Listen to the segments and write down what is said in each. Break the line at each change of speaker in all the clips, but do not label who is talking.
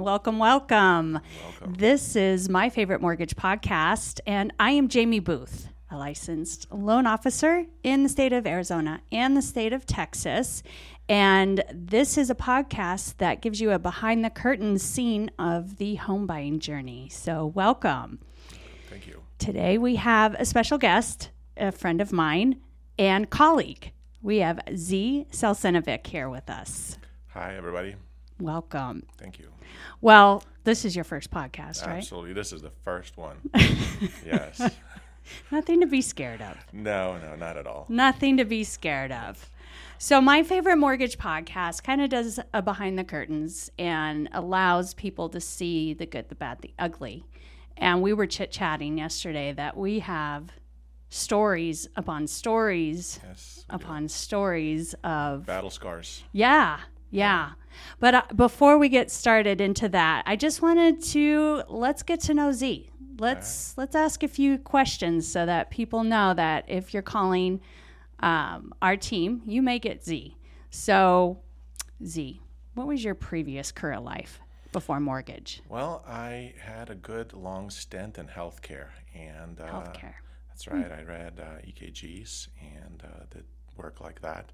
Welcome, welcome. This is my favorite mortgage podcast, and I am Jamie Booth, a licensed loan officer in the state of Arizona and the state of Texas. And this is a podcast that gives you a behind the curtains scene of the home buying journey. So, welcome.
Thank you.
Today we have a special guest, a friend of mine and colleague. We have Z Salcinovic here with us.
Hi, everybody.
Welcome.
Thank you.
Well, this is your first podcast, right?
Absolutely. This is the first one. yes.
Nothing to be scared of.
No, no, not at all.
Nothing to be scared of. So, my favorite mortgage podcast kind of does a behind the curtains and allows people to see the good, the bad, the ugly. And we were chit chatting yesterday that we have stories upon stories
Yes.
upon stories of
Battle scars.
yeah yeah but uh, before we get started into that i just wanted to let's get to know z let's let's ask a few questions so that people know that if you're calling um, our team you may get z so z what was your previous career life before mortgage
Well, I had a good long stint in healthcare, and uh,
healthcare
That's right. I read uh, EKGs and uh, did work like that.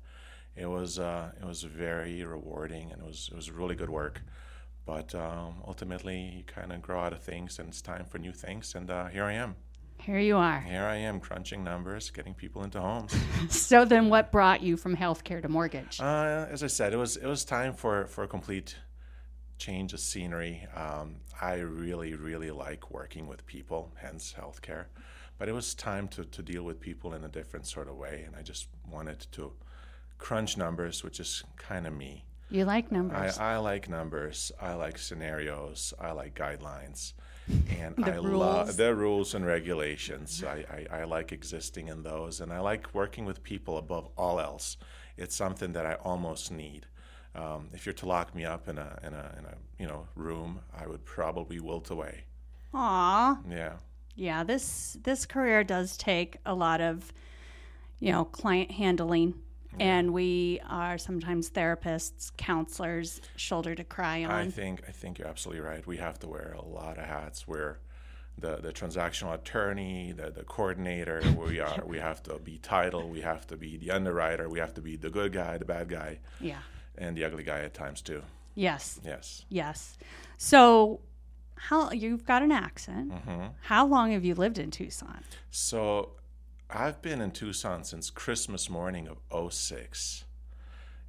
It was uh, it was very rewarding and it was it was really good work. But um, ultimately, you kind of grow out of things, and it's time for new things. And uh, here I am.
here you are
Here I am, crunching numbers, getting people into homes.
so then what brought you from healthcare to mortgage
Uh, as I said, it was it was time for for a complete change of scenery. Um, I really really like working with people, hence healthcare, but it was time to to deal with people in a different sort of way, and I just wanted to crunch numbers, which is kind of me.
you like
I,
numbers
I like numbers. I like scenarios. I like guidelines. And I
rules.
love the rules and regulations. I, I, I like existing in those. And I like working with people above all else. It's something that I almost need. Um, if you're to lock me up in a, in a, in a you know, room, I would probably wilt away.
Aw.
Yeah.
Yeah, this this career does take a lot of, you know, client handling, and we are sometimes therapists, counselors, shoulder to cry
I
on.
think I think you're absolutely right. We have to wear a lot of hats. We're the, the transactional attorney, the, the coordinator, we are we have to be title, we have to be the underwriter, we have to be the good guy, the bad guy,
yeah.
and the ugly guy at times too.
Yes.
Yes.
Yes. So, how you've got an accent?
hmm
How long have you lived in Tucson?
So I've been in Tucson since Christmas morning of 06.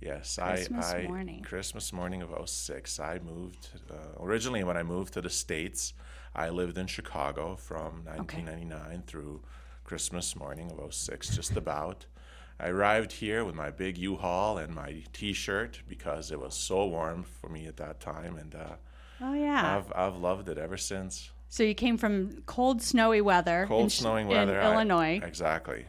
Yes,
Christmas
I, I
morning.
Christmas morning of 06. I moved uh, originally when I moved to the states. I lived in Chicago from 1999 through Christmas morning of 06 just about. I arrived here with my big U-Haul and my t-shirt because it was so warm for me at that time and uh,
Oh yeah.
I've I've loved it ever since.
so you came from cold, snowy weather. in
Cold
Ch-
snowing weather
in
I-
Illinois,
Exactly.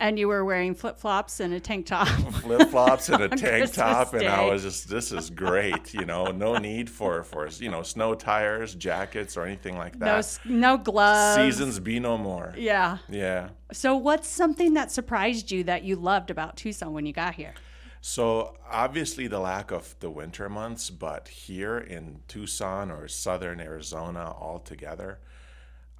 and you were wearing flip flops and a tank top.
flip flops and a
On
tank
Christmas
top, and I
Day.
was just, this is great. You know, no need for for you know snow tires, jackets, or anything like
no,
that.
s- no gloves.
Seasons be no more.
Yeah.
Yeah.
So, what's something that surprised you that you loved about Tucson when you got here?
So obviously the lack of the winter months, but here in Tucson or southern Arizona altogether,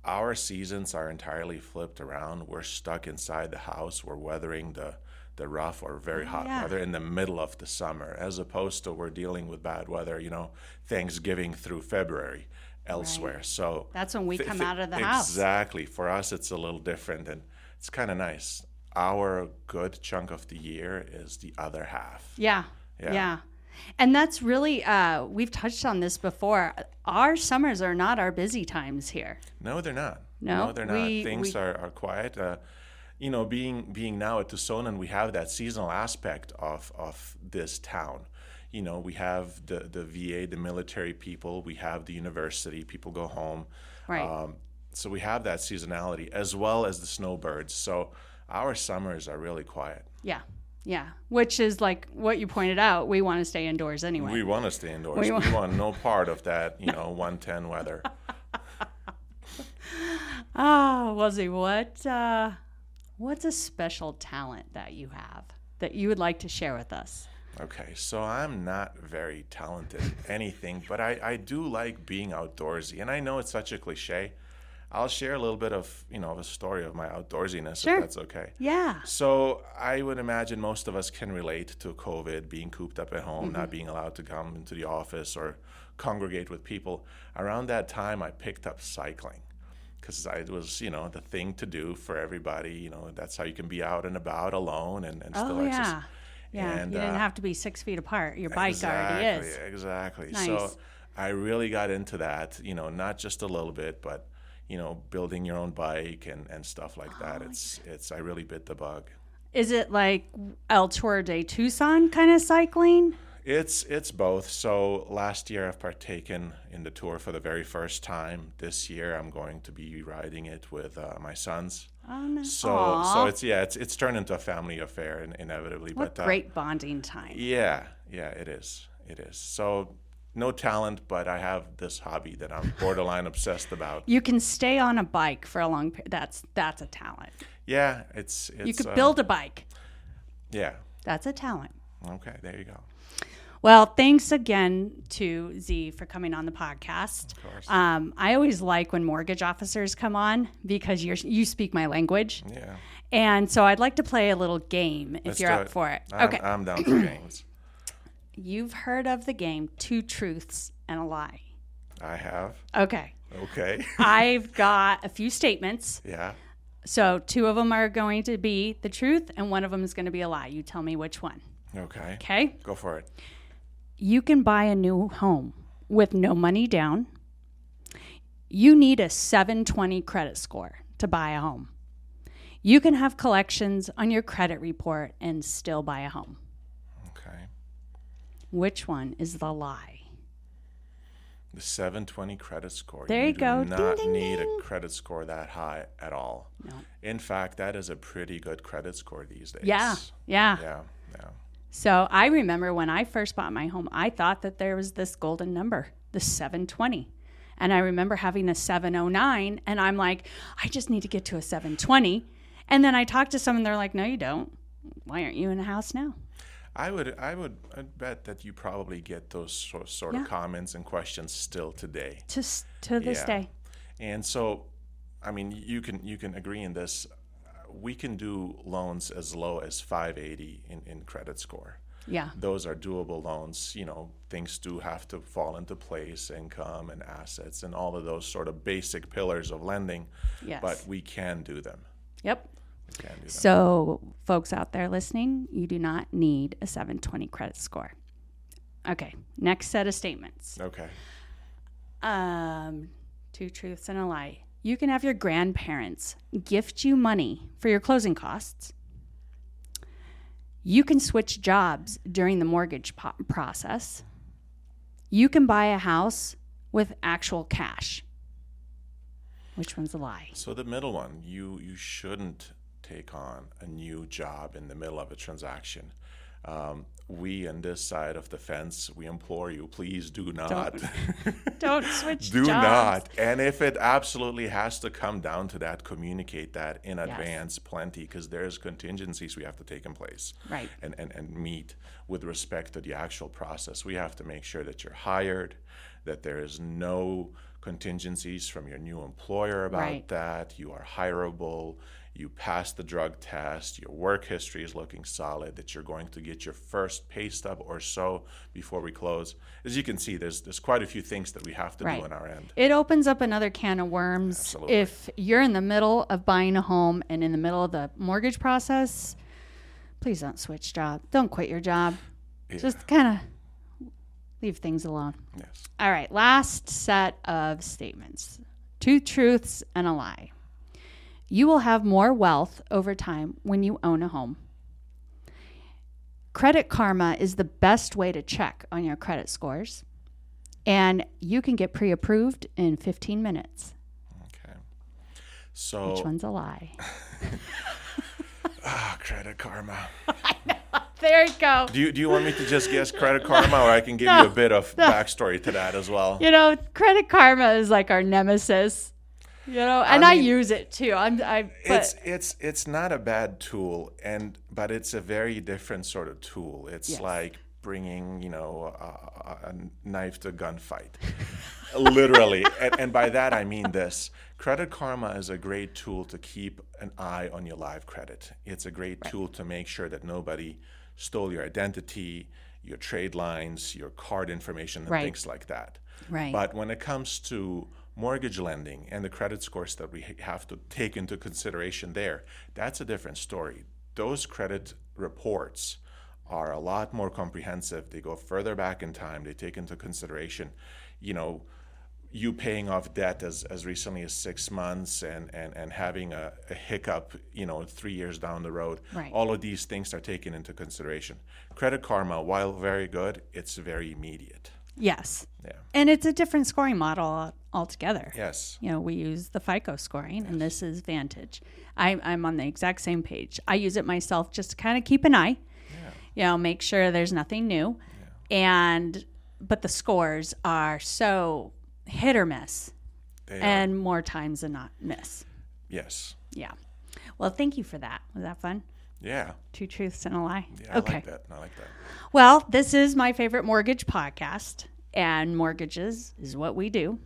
our seasons are entirely flipped around. We're stuck inside the house. We're weathering the the rough or very hot
Yeah.
weather in the middle of the summer, as opposed to we're dealing with bad weather. You know, Thanksgiving through February elsewhere. So
That's when we
Th-
come
th-
out of the house.
Exactly. For us, it's a little different, and it's kind of nice. Our good chunk of the year is the other half.
Yeah. Yeah.
Yeah.
And that's really, uh, we've touched on this before. Our summers are not our busy times here.
No, they're not.
No,
they're not.
we-
Things
we-
are, are quiet. Uh, you know, being being now at Tucsonan, we have that seasonal aspect of of this town. You know, we have the the VA, the military people. We have the university people go home.
Right.
Um, so we have that seasonality as well as the snowbirds. So our summers are really quiet.
yeah. Yeah. Which is like what you pointed out. We want to stay indoors anyway.
We want to stay indoors.
We
We
wa-
want, no part of that, you know, 110 weather.
Ah, Wuzzy, what, uh, what's a special talent that you have that you would like to share with us?
Okay, so I'm not very talented at anything, but I, I do like being outdoorsy. And I know it's such a cliche. I'll share a little bit of, you know, of a story of my outdoorsiness
Sure.
if that's okay.
Yeah.
So I would imagine most of us can relate to COVID, being cooped up at home,
Mm-hmm.
not being allowed to come into the office or congregate with people. Around that time, I picked up cycling because it was, you know, the thing to do for everybody. You know, that's how you can be out and about alone and, and still
Oh
exercise.
yeah. Yeah.
And,
you didn't
uh,
have to be six feet apart. Your bike already
exactly,
is.
Exactly.
Nice.
So I really got into that, you know, not just a little bit, but you know, building your own bike and, and stuff like
Oh,
that. It's it's I really bit the bug.
Is it like El Tour de Tucson kind of cycling?
It's it's both. So last year I've partaken in the tour for the very first time. This year I'm going to be riding it with uh, my sons.
Oh no.
So
Aw,
so it's yeah, it's it's turned into a family affair in, inevitably.
what
but uh,
great bonding time.
Yeah, yeah, it is. It is. So no talent, but I have this hobby that I'm borderline obsessed about.
You can stay on a bike for a long period. That's that's a talent.
Yeah, it's it's
You could
uh,
build a bike.
Yeah.
That's a talent.
Okay, there you go.
Well, thanks again to Z for coming on the podcast.
course.
Um, I always like when mortgage officers come on because you you speak my language,
Yeah.
and so I'd like to play a little game if
Let's
you're
do
up for it.
I'm,
okay,
I'm down for games.
you've heard of the game Two Truths and a Lie.
I have.
Okay,
Okay.
I've got a few statements.
yeah.
So two of them are going to be the truth, and one of them is going to be a lie. You tell me which one.
Okay.
Okay.
Go for it.
you can buy a new home with no money down. You need a 720 credit score to buy a home. You can have collections on your credit report and still buy a home.
Okay.
Which one is the lie?
The 720 credit score.
There you
do
go. Ding,
Not
ding,
need a credit score that high at all. No. In fact, that is a pretty good credit score these days.
Yeah, yeah.
Yeah. Yeah.
So I remember when I first bought my home, I thought that there was this golden number, the 720. And I remember having a 709, and I'm like, I just need to get to a 720. And then I talked to someone, they're like, No, you don't. Why aren't you in a house now?
I would, I would I'd bet that you probably get those sor- sort of
Yeah.
comments and questions still today.
To, s- to this
Yeah.
day.
And so, I mean, you can you can agree in this. We can do loans as low as 580 in, in credit score.
Yeah.
Those are doable loans. You know, things do have to fall into place, income and assets, and all of those sort of basic pillars of lending.
Yes.
But we can do them.
yep.
We can do them.
So, folks out there listening, you do not need a 720 credit score. Okay. Next set of statements.
Okay.
Um, two truths and a lie. You can have your grandparents gift you money for your closing costs. You can switch jobs during the mortgage po- process. You can buy a house with actual cash. Which one's a lie?
So the middle one, you you shouldn't take on a new job in the middle of a transaction. Um, we on this side of the fence, we implore you, please do not,
Don't switch
do
jobs.
not. And if it absolutely has to come down to that, communicate that in advance, plenty, because there's contingencies we have to take in place
Right.
and, and, and meet with respect to the actual process. We have to make sure that you're hired, that there is no contingencies from your new employer about
Right.
that, you are hireable, you pass the drug test, your work history is looking solid, that you're going to get your first pay stub or so before we close. As you can see, there's there's quite a few things that we have to
Right.
do on our end.
It opens up another can of worms
Absolutely.
if you're in the middle of buying a home and in the middle of the mortgage process. Please don't switch job. Don't quit your job.
Yeah.
Just kind of leave things alone.
Yes.
All right, last set of statements. Two truths and a lie. You will have more wealth over time when you own a home. Credit karma is the best way to check on your credit scores, and you can get pre approved in 15 minutes.
Okay. So
Which one's a lie?
ah, credit karma.
There you go.
Do you, do you want me to just guess Credit Karma, or I can give you a bit of backstory to that as well?
You know, credit karma is like our nemesis. you know, and I,
mean,
use it too. I'm, I,
it's
but
it's it's not a bad tool and but it's a very different sort of tool it's
Yes.
like bringing you know a, a- a knife to a gunfight literally and, and by that i mean this credit karma is a great tool to keep an eye on your live credit it's a great tool to make sure that nobody stole your identity your trade lines your card information and
Right.
things like that
Right.
but when it comes to mortgage lending and the credit scores that we ha- have to take into consideration there, that's a different story. Those credit reports are a lot more comprehensive. They go further back in time. They take into consideration, you know, you paying off debt as, as recently as six months and, and, and having a, a hiccup, you know, three years down the road.
Right.
All of these things are taken into consideration. Credit Karma, while very good, it's very immediate.
yes.
Yeah.
And it's a different scoring model altogether.
Yes.
You know, we use the FICO scoring, and this is Vantage. I, I'm on the exact same page. I use it myself just to kind of keep an eye, you know, make sure there's nothing new. And, but the scores are so hit or miss,
They are.
and more times than not miss.
Yes.
Yeah. Well, thank you for that. Was that fun?
Yeah.
Two truths and a lie.
Yeah, I
okay.
like that. I like that.
Well, this is my favorite mortgage podcast, and mortgages is what we do.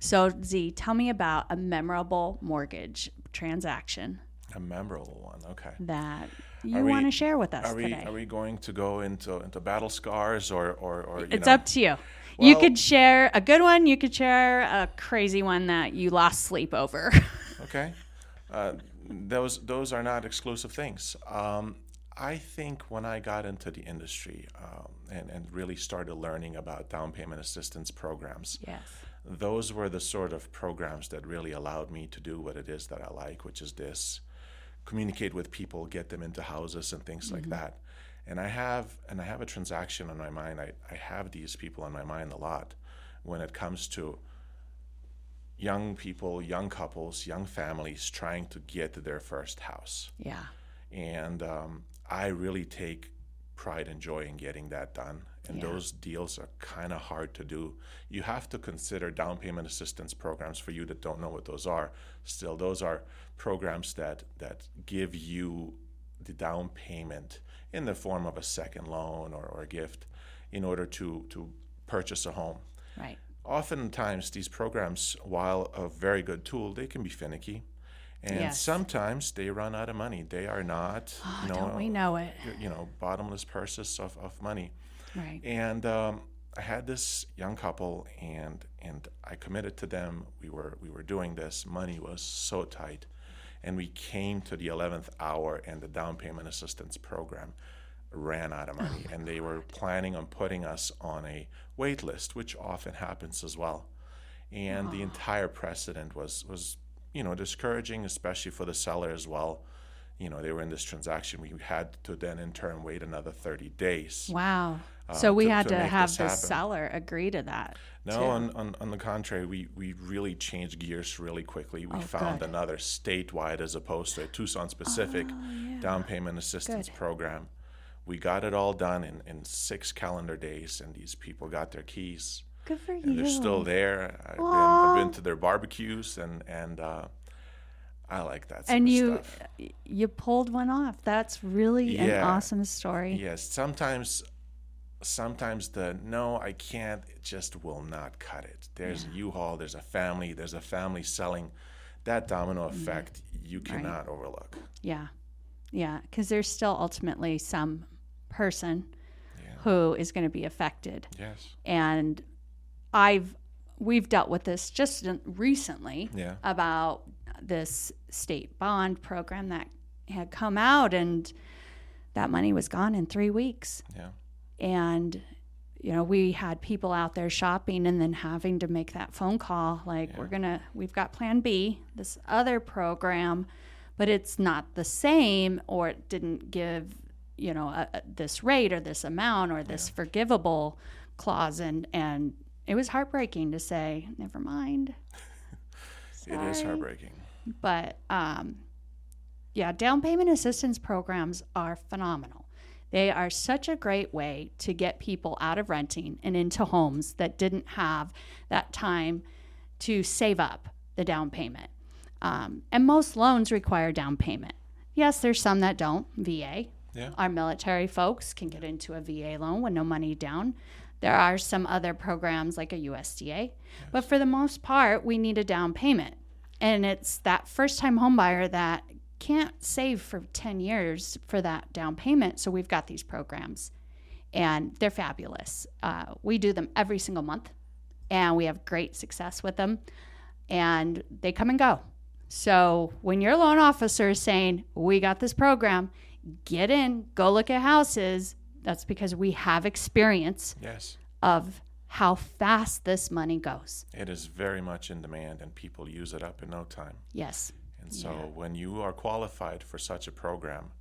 So, Z, tell me about a memorable mortgage transaction
A memorable one. Okay.
that
Are
you
we-
want to share with us
Are we uh,
today.
are we going to go into into battle scars or or, or you
it's
know,
up to you. you
Well-
could share a good one, you could share a crazy one that you lost sleep over.
okay? Uh, those those are not exclusive things. Um, I think when I got into the industry um, and and really started learning about down payment assistance programs,
yes.
those were the sort of programs that really allowed me to do what it is that I like, which is this communicate with people, get them into houses and things like that. And I have and I have a transaction on my mind. I, I have these people on my mind a lot when it comes to young people, young couples, young families trying to get to their first house.
Yeah.
And um, I really take pride and joy in getting that done. And those deals are kind of hard to do. You have to consider down payment assistance programs for you that don't know what those are. Still, those are programs that that give you the down payment in the form of a second loan or, or a gift in order to to purchase a home
Right.
oftentimes these programs, while a very good tool, they can be finicky, and
Yes. Ah,
sometimes they run out of money. They are not, you know,
Don't we know it?
you know, bottomless purses of, of money.
Right.
And um, I had this young couple, and and I committed to them. We were we were doing this. Money was so tight, and we came to the eleventh hour, and the down payment assistance program ran out of money, and they were planning on putting us on a wait list, which often happens as well. And the entire precedent was was you know discouraging, especially for the seller as well. You know, they were in this transaction. We had to then in turn wait another 30 days.
Wow. so, we
uh, to-
had
to
to,
make
have
this
the
happen.
seller agree to that.
No, on, on, on the contrary, we, we really changed gears really quickly. We found
Oh, good. Oh,
another statewide as opposed to a Tucson specific down payment assistance program. We got it all done in, in six calendar days, and these people got their keys.
Good for you.
And they're still there. I've been, I've been to their barbecues, and, and uh, I like that. Sort
and
of
you
stuff.
you pulled one off that's really an
Yeah.
awesome story
Yes, sometimes sometimes the no, I can't it just will not cut it. There's a U-Haul, there's a family, there's a family selling. That domino effect you cannot overlook.
yeah yeah because there's still ultimately some person who is going to be affected
Yes.
and i've we've dealt with this just in- recently
Yeah.
about this state bond program that had come out and that money was gone in three weeks
Yeah.
and you know we had people out there shopping and then having to make that phone call like we're gonna we've got plan b this other program but it's not the same or it didn't give you know a, a- this rate or this amount or this forgivable clause and and it was heartbreaking to say never mind
It is
Sorry.
heartbreaking.
but um, yeah, down payment assistance programs are phenomenal. They are such a great way to get people out of renting and into homes that didn't have that time to save up. the down payment. Um, and most loans require down payment. Yes, there's some that don't. VA.
Yeah.
Our military folks can get into a VA loan with no money down. There are some other programs like a USDA, but for the most part, we need a down payment. And it's that first time home buyer that can't save for 10 years for that down payment. So we've got these programs and they're fabulous. Uh, we do them every single month and we have great success with them and they come and go. So when your loan officer is saying, We got this program, get in, go look at houses, that's because we have experience
Yes.
of how fast this money goes.
It is very much in demand and people use it up in no time.
Yes.
And so when you are qualified for such a program,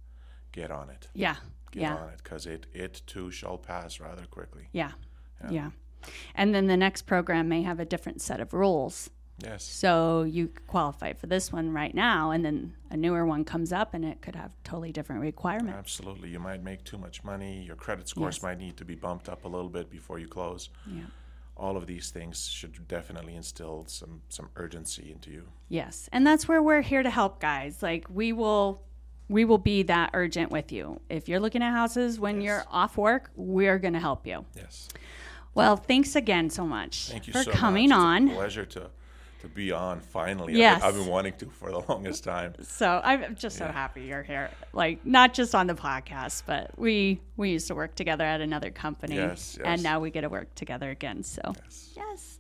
get on it.
Yeah.
Get
yeah.
on it because it, it too shall pass rather quickly.
Yeah. yeah. And then the next program may have a different set of rules.
Yes.
So you qualify for this one right now, and then a newer one comes up and it could have totally different requirements.
Absolutely. You might make too much money. Your credit scores
Yes.
might need to be bumped up a little bit before you close.
Yeah.
All of these things should definitely instill some, some urgency into you.
Yes. And that's where we're here to help guys. Like we will we will be that urgent with you. If you're looking at houses when you're off work, we're going to help you.
Yes.
Well, thanks again so much
Thank you
for
so
coming
much.
on.
It's a pleasure to, to be on finally. I've been-
Yes.
I've been wanting to for the longest time.
So I'm just so happy you're here. Like not just on the podcast, but we we used to work together at another company,
Yes, yes.
and now we get to work together again. So
Yes.
yes,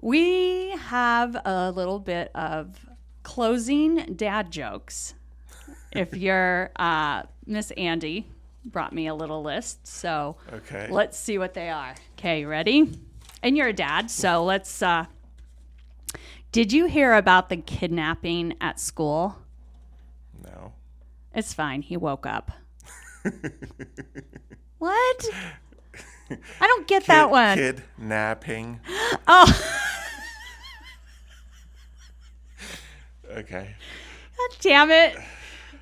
we have a little bit of closing dad jokes. if you're uh, Miss Andy, brought me a little list, so
Okay.
let's see what they are. Okay, ready? And you're a dad, so let's. Uh, did you hear about the kidnapping at school?
no.
It's fine. He woke up. what? I don't get that one.
Kidnapping.
Oh,
Okay.
God damn it.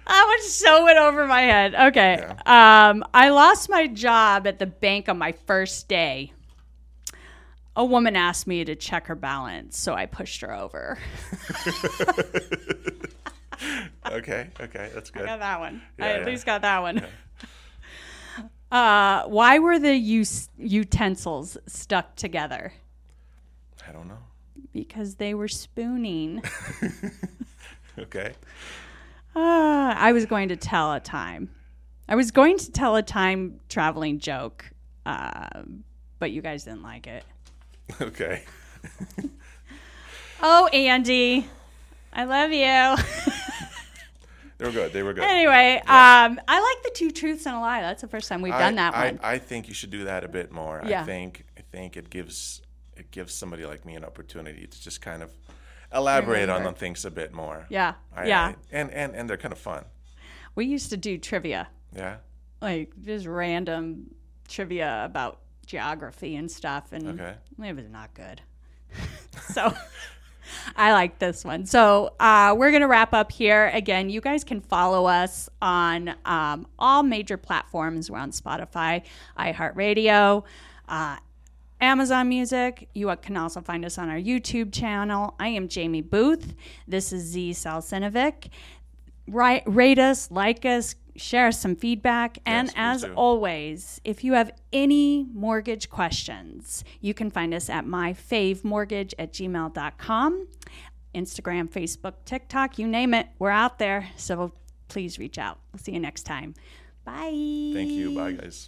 That one so went over my head. Okay. Um, I lost my job at the bank on my first day. A woman asked me to check her balance, so I pushed her over.
Okay. Okay. That's good.
got that one. I
Yeah,
at
yeah.
least got that one. Uh, why were the us- utensils stuck together?
I don't know.
Because they were spooning.
Okay.
Uh, I was going to tell a time. I was going to tell a time traveling joke, um, but you guys didn't like it.
Okay.
Oh, Andy, I love you.
They were good. They were good.
anyway, um, I like the two truths and a lie. That's the first time we've
I,
done that
I,
one.
I think you should do that a bit more.
Yeah.
I think I think it gives it gives somebody like me an opportunity to just kind of elaborate on
Remember.
on things a bit more.
yeah,
I-
yeah.
I- and and and they're kind of fun.
we used to do trivia,
Yeah.
like just random trivia about geography and stuff, and
Okay.
it was not good. so I like this one. So uh, we're going to wrap up here. Again, you guys can follow us on um, all major platforms. We're on Spotify, iHeartRadio, uh, Amazon Music. You can also find us on our YouTube channel. I am Jamie Booth. This is Z Salcinovic. Right, rate us, like us, share us some feedback. and
please
as
do.
always, if you have any mortgage questions, you can find us at myfavemortgage at gmail.com. Instagram, Facebook, TikTok, you name it, we're out there. So please reach out. We'll see you next time. Bye.
Thank you. Bye guys.